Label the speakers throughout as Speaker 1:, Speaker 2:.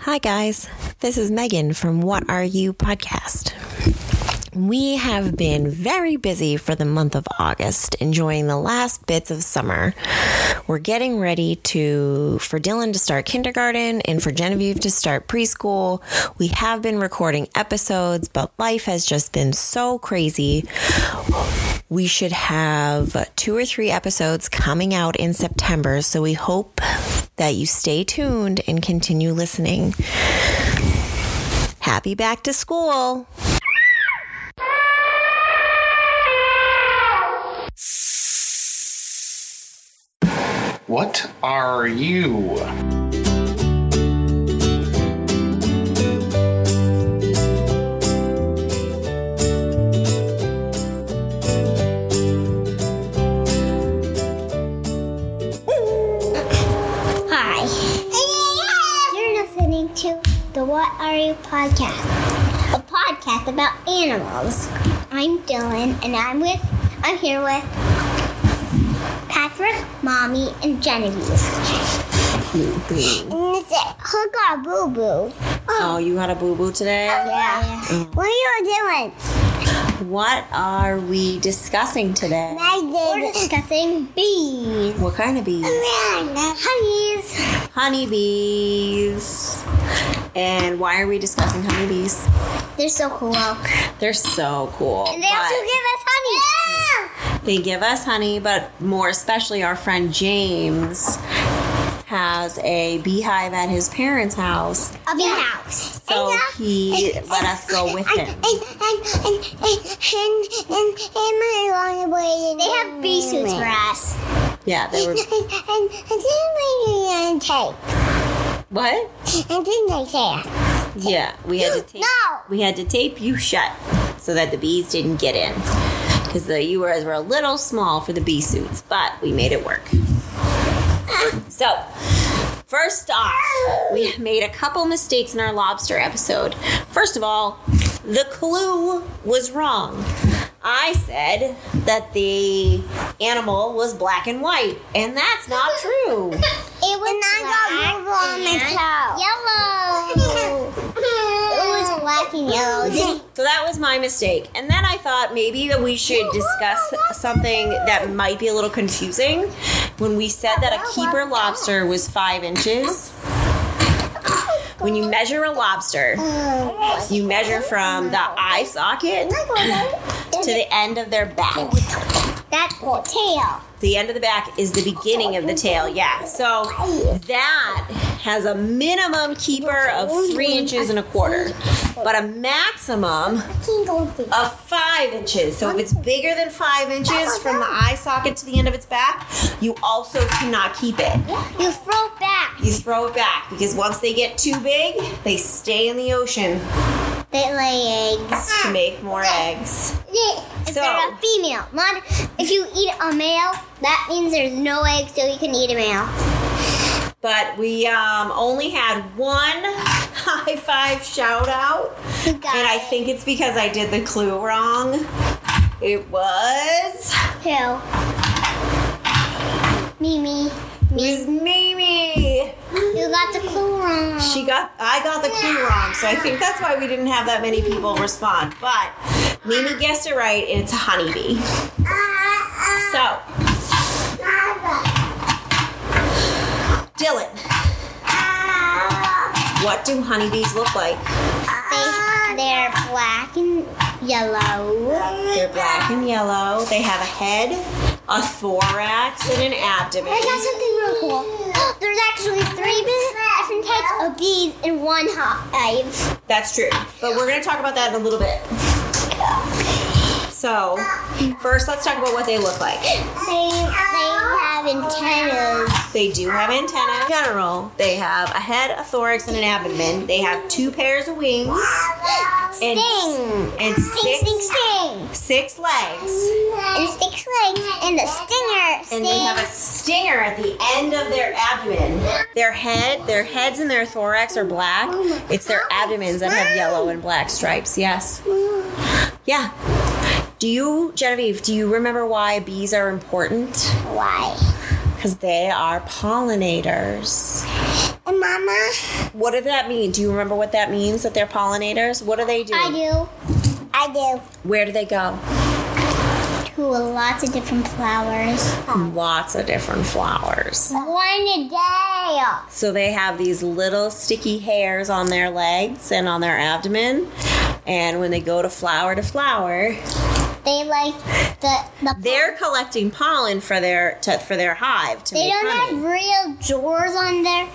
Speaker 1: Hi, guys. This is Megan from What Are You Podcast. We have been very busy for the month of August, enjoying the last bits of summer. We're getting ready to for Dylan to start kindergarten and for Genevieve to start preschool. We have been recording episodes, but life has just been so crazy. We should have two or three episodes coming out in September, so we hope that you stay tuned and continue listening. Happy back to school.
Speaker 2: What are you?
Speaker 3: Hi. You're listening to the What Are You podcast, a podcast about animals. I'm Dylan, and I'm with I'm here with Patrick, Mommy, and Genevieve. And it's a hook our boo boo.
Speaker 1: Oh, you had a boo boo today?
Speaker 3: Yeah. What are you doing?
Speaker 1: What are we discussing today?
Speaker 3: We're discussing bees.
Speaker 1: What kind of bees?
Speaker 3: Honeys.
Speaker 1: Honeybees. And why are we discussing honeybees?
Speaker 3: They're so cool. And
Speaker 1: They're so cool.
Speaker 3: they also
Speaker 1: but-
Speaker 3: give us honey. Yeah.
Speaker 1: they give us honey, but more especially our friend James has a beehive at his parents' house.
Speaker 3: of your house. uh,
Speaker 1: So he let us go with him.
Speaker 3: And, and, and, and, and, and, and my long way They have bee suits for us.
Speaker 1: Yeah, Mm, they were
Speaker 3: And, and, and, and then we on uh, tape.
Speaker 1: what?
Speaker 3: And then they say,
Speaker 1: Yeah, we had to tape.
Speaker 3: No!
Speaker 1: We had to tape you shut so that the bees didn't get in because the you were, were a little small for the bee suits, but we made it work. So, first off, we made a couple mistakes in our lobster episode. First of all, the clue was wrong. I said that the animal was black and white, and that's not true.
Speaker 3: it was not on my toe. Yellow. it was black and yellow.
Speaker 1: So that was my mistake. And then I thought maybe that we should discuss something that might be a little confusing. When we said that a keeper lobster was five inches, when you measure a lobster, you measure from the eye socket to the end of their back.
Speaker 3: That's the tail.
Speaker 1: The end of the back is the beginning of the tail, yeah. So that has a minimum keeper of three inches and a quarter, but a maximum
Speaker 3: King goldfish.
Speaker 1: of five inches. So if it's bigger than five inches from the eye socket to the end of its back, you also cannot keep it.
Speaker 3: You throw back.
Speaker 1: You throw it back because once they get too big, they stay in the ocean
Speaker 3: They lay eggs.
Speaker 1: to make more eggs.
Speaker 3: Yeah, if
Speaker 1: So-
Speaker 3: they're a female, not if you eat a male, that means there's no eggs, so you can eat a male.
Speaker 1: But we um, only had one high five shout out,
Speaker 3: You got
Speaker 1: and I think it's because I did the clue wrong. It was
Speaker 3: Who? Mimi,
Speaker 1: Miss Mimi.
Speaker 3: you got the clue wrong.
Speaker 1: She got I got the clue wrong, so I think that's why we didn't have that many people respond. But Mimi guessed it right, and it's a honeybee.
Speaker 3: Ah,
Speaker 1: So,
Speaker 3: ah,
Speaker 1: Dylan, what do honeybees look like?
Speaker 3: ah, They, they're black and yellow.
Speaker 1: They're black and yellow. They have a head, a thorax, and an abdomen.
Speaker 3: I got something real cool. There's actually three different types of bees in one hive.
Speaker 1: That's true. But we're gonna talk about that in a little bit. So, first, let's talk about what they look like.
Speaker 3: They, they have antennas.
Speaker 1: They do have antennae. In general, they have a head, a thorax, and an abdomen. They have two pairs of wings and,
Speaker 3: Sting.
Speaker 1: and
Speaker 3: Sting, sting,
Speaker 1: six,
Speaker 3: sting.
Speaker 1: six legs.
Speaker 3: And six legs and a stinger. Sting.
Speaker 1: And they have a stinger at the end of their abdomen. Their head, their heads and their thorax are black. It's their abdomens that have yellow and black stripes. Yes. Yeah. Do you, Genevieve, do you remember why bees are important?
Speaker 3: Why?
Speaker 1: Because they are pollinators.
Speaker 3: And Mama,
Speaker 1: What does that mean? Do you remember what that means that they're pollinators? What do they do?
Speaker 3: I do. I do.
Speaker 1: Where do they go?
Speaker 3: To lots of different flowers.
Speaker 1: Lots of different flowers.
Speaker 3: One a day.
Speaker 1: So they have these little sticky hairs on their legs and on their abdomen. And when they go to flower to flower,
Speaker 3: They like the the.
Speaker 1: they're collecting pollen for their to, for their hive to
Speaker 3: They
Speaker 1: make
Speaker 3: don't
Speaker 1: honey.
Speaker 3: have real drawers on their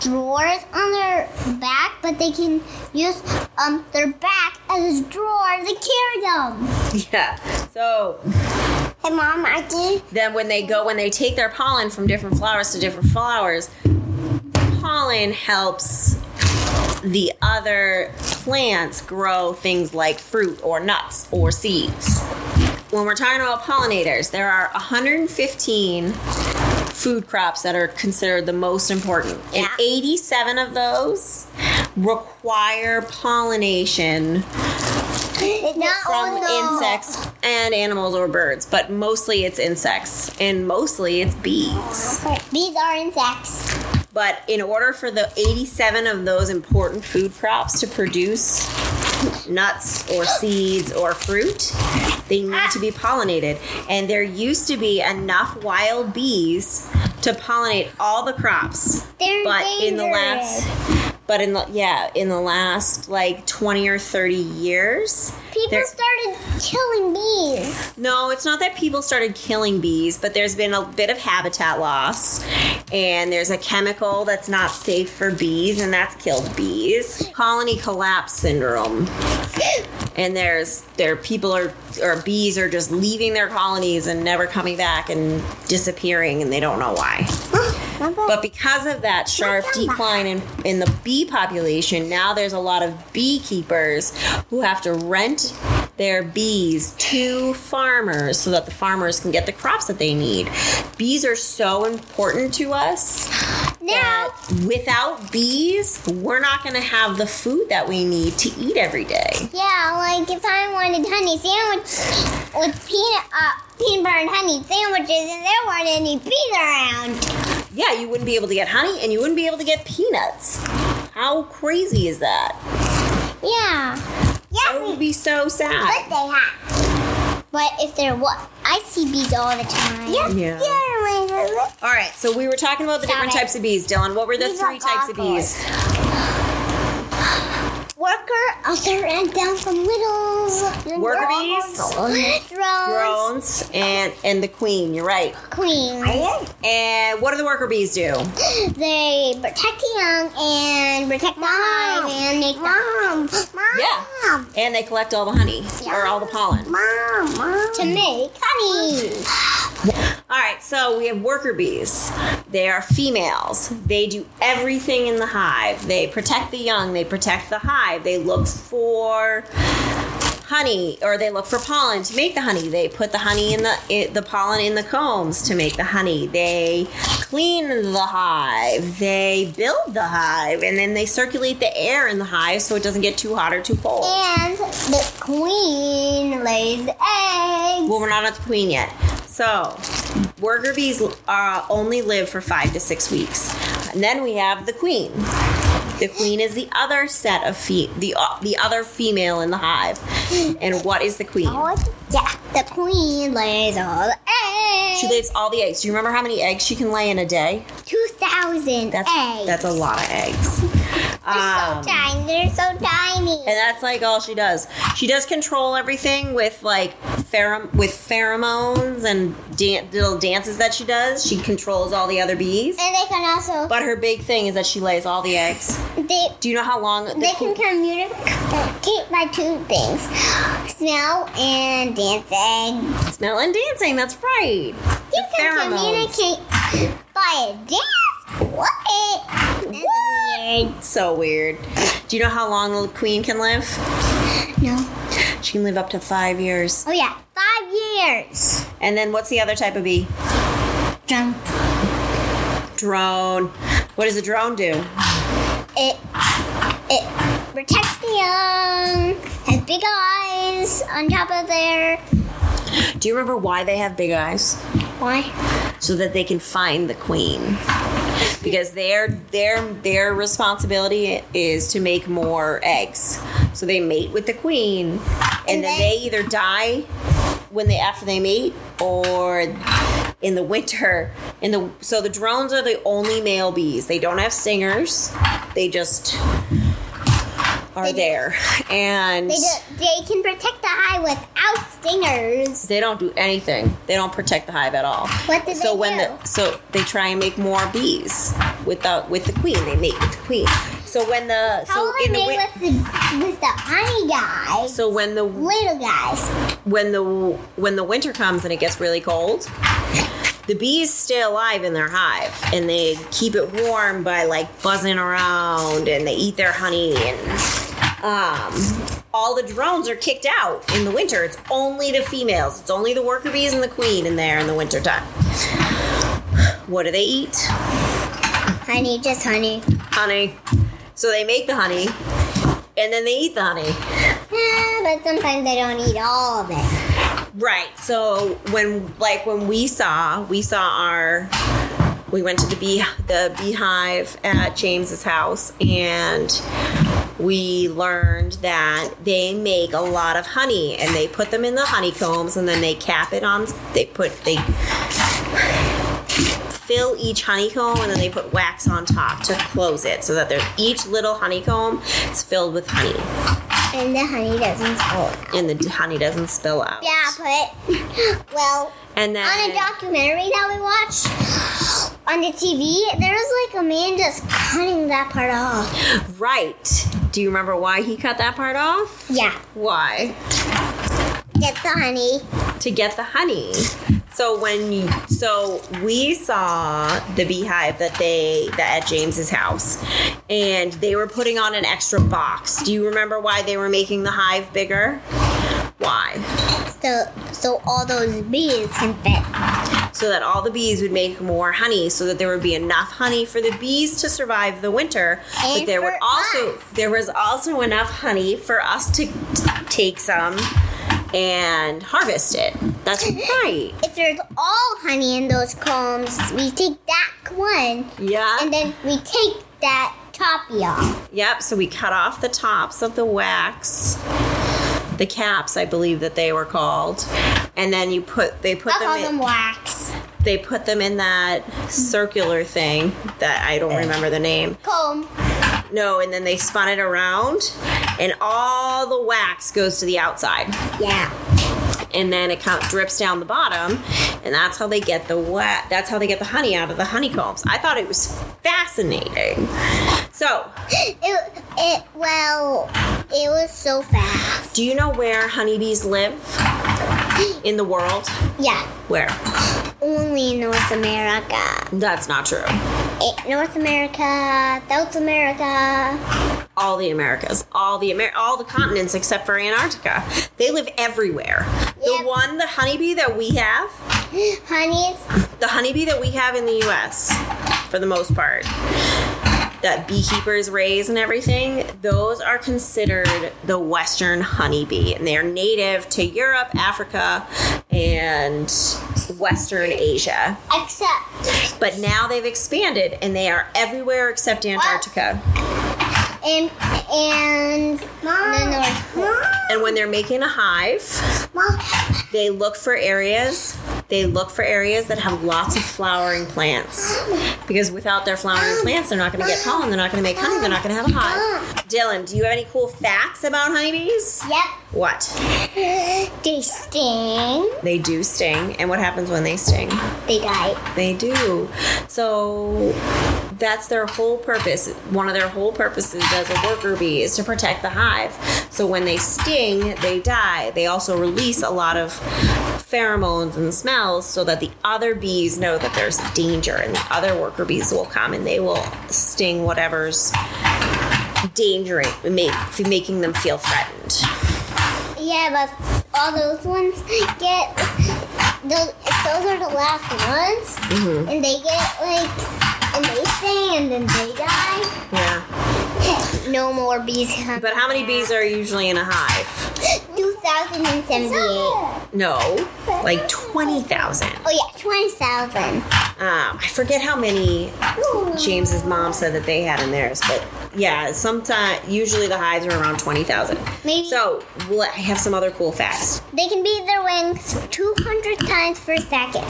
Speaker 3: drawers on their back, but they can use um their back as a drawer to carry them.
Speaker 1: Yeah. So
Speaker 3: Hey, Mom, I did.
Speaker 1: then when they go when they take their pollen from different flowers to different flowers pollen helps the other plants grow things like fruit or nuts or seeds when we're talking about pollinators there are 115 food crops that are considered the most important and
Speaker 3: Yeah.
Speaker 1: 87 of those require pollination
Speaker 3: It's not
Speaker 1: from
Speaker 3: all the-
Speaker 1: insects and animals or birds, but mostly it's insects and mostly it's bees.
Speaker 3: These are insects.
Speaker 1: But in order for the 87 of those important food crops to produce nuts or seeds or fruit, they need to be pollinated. And there used to be enough wild bees to pollinate all the crops
Speaker 3: They're
Speaker 1: but in the
Speaker 3: dangerous.
Speaker 1: last but in the yeah in the last like 20 or 30 years
Speaker 3: People
Speaker 1: there-
Speaker 3: started killing bees.
Speaker 1: no, it's not that people started killing bees, but there's been a bit of habitat loss, and there's a chemical that's not safe for bees, and that's killed bees. Colony collapse syndrome, and there's there people are or bees are just leaving their colonies and never coming back and disappearing, and they don't know why. But because of that sharp decline in, in the bee population, now there's a lot of beekeepers who have to rent their bees to farmers so that the farmers can get the crops that they need. Bees are so important to us
Speaker 3: now
Speaker 1: that without bees, we're not going to have the food that we need to eat every day.
Speaker 3: Yeah, like if I wanted honey sandwich with peanut uh, peanut butter and honey sandwiches, and there weren't any bees around.
Speaker 1: Yeah, you wouldn't be able to get honey and you wouldn't be able to get peanuts. How crazy is that?
Speaker 3: Yeah.
Speaker 1: That
Speaker 3: Yeah,
Speaker 1: would be so
Speaker 3: but
Speaker 1: sad.
Speaker 3: they have. But if there was, I see bees all the time. Yeah.
Speaker 1: Yeah. All right, so we were talking about the
Speaker 3: Stop
Speaker 1: different
Speaker 3: it.
Speaker 1: types of bees, Dylan. What were the
Speaker 3: These
Speaker 1: three
Speaker 3: are
Speaker 1: types of
Speaker 3: awful.
Speaker 1: bees?
Speaker 3: Worker, I'll start writing down some littles.
Speaker 1: Worker bees?
Speaker 3: Drones.
Speaker 1: Drones and and the queen. You're right.
Speaker 3: Queen.
Speaker 1: And what do the worker bees do?
Speaker 3: They protect the young and protect the hive and make mom, mom,
Speaker 1: And they collect all the honey or all the pollen.
Speaker 3: mom, mom, to make honey.
Speaker 1: All right, so we have worker bees. They are females. They do everything in the hive. They protect the young. They protect the hive. They look for honey or they look for pollen to make the honey they put the honey in the i the pollen in the combs to make the honey they clean the hive they build the hive and then they circulate the air in the hive so it doesn't get too hot or too cold
Speaker 3: And the queen lays the eggs.
Speaker 1: well we're not at the queen yet so worker bees uh, only live for five to six weeks and then we have the queen the queen is the other set of fe- the uh, the other female in the hive and what is the queen
Speaker 3: yeah, the queen lays all the eggs.
Speaker 1: She lays all the eggs. Do you remember how many eggs she can lay in a day?
Speaker 3: Two thousand
Speaker 1: That's
Speaker 3: eggs.
Speaker 1: that's a lot of eggs. Um,
Speaker 3: so tiny. They're so tiny.
Speaker 1: and that's like all she does. She does control everything with like pherom- with pheromones and dan- little dances that she does. She controls all the other bees.
Speaker 3: And they can also
Speaker 1: But her big thing is that she lays all the eggs.
Speaker 3: they
Speaker 1: Do you know how long? The
Speaker 3: they
Speaker 1: queen-
Speaker 3: can communicate by two things: smell and dancing.
Speaker 1: smell and dancing. That's right.
Speaker 3: You
Speaker 1: The
Speaker 3: can
Speaker 1: pheromones.
Speaker 3: communicate by a dance. What? That's weird.
Speaker 1: So weird. Do you know how long the queen can live?
Speaker 3: No.
Speaker 1: She can live up to five years.
Speaker 3: Oh yeah, five years.
Speaker 1: And then what's the other type of bee?
Speaker 3: Drunk.
Speaker 1: Drone. What does a drone do?
Speaker 3: It it protects the young, has big eyes on top of their
Speaker 1: Do you remember why they have big eyes?
Speaker 3: why?
Speaker 1: So that they can find the queen. because their their their responsibility is to make more eggs. So they mate with the queen, and
Speaker 3: And
Speaker 1: then
Speaker 3: they-
Speaker 1: they either die when they after they mate or in the winter in the so the drones are the only male bees they don't have stingers they just are
Speaker 3: They do-
Speaker 1: there and
Speaker 3: They, do, they can protect the hive without stingers.
Speaker 1: they don't do anything. They don't protect the hive at all.
Speaker 3: What do
Speaker 1: so
Speaker 3: they
Speaker 1: when
Speaker 3: do?
Speaker 1: The, so they try and make more bees without with the queen. They mate with the queen. So when the
Speaker 3: How
Speaker 1: so
Speaker 3: are they
Speaker 1: in the
Speaker 3: made
Speaker 1: win-
Speaker 3: with the with the honey guys?
Speaker 1: so when the
Speaker 3: Little guys.
Speaker 1: when the when the winter comes and it gets really cold, the bees stay alive in their hive and they keep it warm by like buzzing around and they eat their honey and um, all the drones are kicked out in the winter. It's only the females. It's only the worker bees and the queen in there in the winter time. What do they eat?
Speaker 3: Honey, just honey.
Speaker 1: Honey. So they make the honey and then they eat the honey.
Speaker 3: Ah, but sometimes they don't eat all of it.
Speaker 1: Right. So when like when we saw we saw our we went to the bee the beehive at James's house and we learned that they make a lot of honey and they put them in the honeycombs and then they cap it on they put they fill each honeycomb and then they put wax on top to close it so that there's each little honeycomb is filled with honey
Speaker 3: And the honey doesn't spoil.
Speaker 1: and the honey doesn't spill out.
Speaker 3: Yeah, but well,
Speaker 1: And then
Speaker 3: on a documentary that we watched on the TV, there was like a man just cutting that part off.
Speaker 1: Right. Do you remember why he cut that part off?
Speaker 3: Yeah,
Speaker 1: Why?
Speaker 3: get the honey.
Speaker 1: To get the honey. So when you, so we saw the beehive that they that at James's house, and they were putting on an extra box. Do you remember why they were making the hive bigger? Why?
Speaker 3: So so all those bees can fit.
Speaker 1: so that all the bees would make more honey so that there would be enough honey for the bees to survive the winter but
Speaker 3: And
Speaker 1: there would
Speaker 3: for
Speaker 1: also
Speaker 3: us.
Speaker 1: there was also enough honey for us to t- take some and harvest it that's right
Speaker 3: If there's all honey in those combs, we take that one
Speaker 1: yeah
Speaker 3: and then we take that toppy off.
Speaker 1: yep so we cut off the tops of the wax the caps i believe that they were called and then you put they put
Speaker 3: I'll
Speaker 1: them
Speaker 3: call
Speaker 1: in,
Speaker 3: them wax
Speaker 1: they put them in that circular thing that i
Speaker 3: Eh.
Speaker 1: don't remember the name
Speaker 3: comb.
Speaker 1: No, and then they spun it around, and all the wax goes to the outside,
Speaker 3: Yeah.
Speaker 1: and then it kind of drips down the bottom, and that's how they get the wet. That's how they get the honey out of the honeycombs. I thought it was fascinating. So,
Speaker 3: It, it well, it was so fast.
Speaker 1: do you know where honeybees live in the world?
Speaker 3: Yeah,
Speaker 1: Where?
Speaker 3: only in North America.
Speaker 1: That's not true.
Speaker 3: Eh, North America, South America.
Speaker 1: All the Americas, all the Amer- all the continents except for Antarctica. They live everywhere. The
Speaker 3: Yeah.
Speaker 1: one, the honeybee that we have,
Speaker 3: Honey, it's
Speaker 1: the honeybee that we have in the US, for the most part, that beekeepers raise and everything, those are considered the Western honeybee. And they're native to Europe, Africa, and Western Asia.
Speaker 3: except
Speaker 1: But now they've expanded and they are everywhere except Antarctica.
Speaker 3: and and the North Pole.
Speaker 1: And when they're making a hive,
Speaker 3: Mom,
Speaker 1: they look for areas. They look for areas that have lots of flowering plants. Because without their flowering plants, they're not going to get pollen, they're not going to make honey, they're not going to have a hive. Dylan, do you have any cool facts about honeybees?
Speaker 3: Yep,
Speaker 1: What?
Speaker 3: they sting.
Speaker 1: They do sting, and what happens when they sting?
Speaker 3: They die.
Speaker 1: They do. So that's their whole purpose. One of their whole purposes as a worker bee is to protect the hive. So when they sting, they die. They also release a lot of pheromones and smells so that the other bees know that there's danger and the other worker bees will come and they will sting whatever's dangering make, making them feel threatened.
Speaker 3: Yeah, but all those ones get those. Those are the last ones, and they get like and they sting, and then they die.
Speaker 1: Yeah.
Speaker 3: No more bees. Come
Speaker 1: But how many bees are usually in a hive?
Speaker 3: Do 2078. Oh,
Speaker 1: No, like 20,000.
Speaker 3: yeah, 20,000.
Speaker 1: Um, I forget how many James's mom said that they had in theirs, but yeah, sometimes usually the highs are around 20,000.
Speaker 3: Maybe-
Speaker 1: So, well, I have some other cool facts.
Speaker 3: They can beat their wings 200 times per second.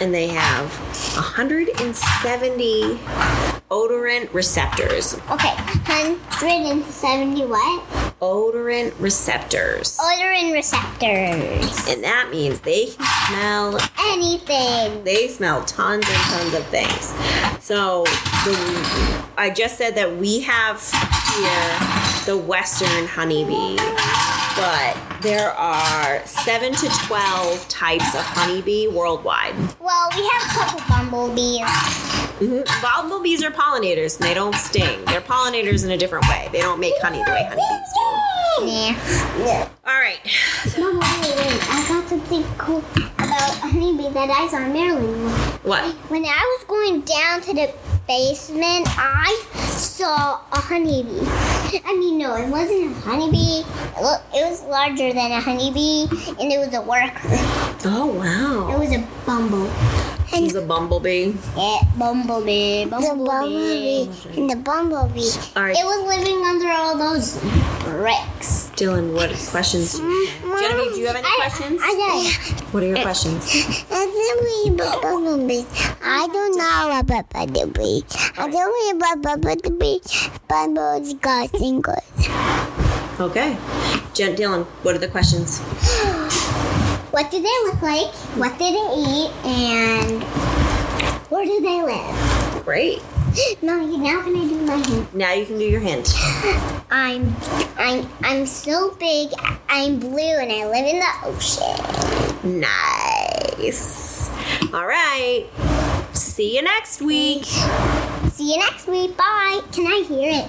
Speaker 1: and they have 170 odorant receptors.
Speaker 3: Okay, 170 what?
Speaker 1: Odorant receptors.
Speaker 3: Odorant receptors.
Speaker 1: And that means they can smell,
Speaker 3: Anything.
Speaker 1: they smell tons and tons of things. So the, I just said that we have here the Western honeybee, but there are seven to 12 types of honeybee worldwide.
Speaker 3: Well, we have a couple bumblebees.
Speaker 1: Mm-hmm. Bumblebees are pollinators and they don't sting. They're pollinators in a different way. They don't make honey the way honeybees do.
Speaker 3: Yeah.
Speaker 1: All right.
Speaker 3: Mom, wait, wait. I got something cool about a honeybee that I saw in Maryland.
Speaker 1: What?
Speaker 3: When I was going down to the basement, I saw a honeybee. I mean, no, it wasn't a honeybee. It lo- It was larger than a honeybee, and it was a worker.
Speaker 1: Oh
Speaker 3: It
Speaker 1: wow.
Speaker 3: was a bumble.
Speaker 1: He's a bumblebee.
Speaker 3: Yeah, bumblebee, bumblebee. The bumblebee and the bumblebee.
Speaker 1: All right.
Speaker 3: It was living under all those bricks.
Speaker 1: Dylan, what questions do you have? Genevieve, do you have any questions?
Speaker 3: I
Speaker 1: What are your questions?
Speaker 3: don't about bumblebees. I don't know about bumblebees. I don't know about bumblebees. Bumblebees got single.
Speaker 1: Okay. Jen, Dylan, what are the questions?
Speaker 3: What do they look like? What do they eat? And where do they live?
Speaker 1: Great.
Speaker 3: No, you're not gonna do my hand.
Speaker 1: Now you can do your hint.
Speaker 3: I'm, I'm, I'm so big. I'm blue, and I live in the ocean.
Speaker 1: Nice. All right. See you next week.
Speaker 3: See you next week. Bye. Can I hear it?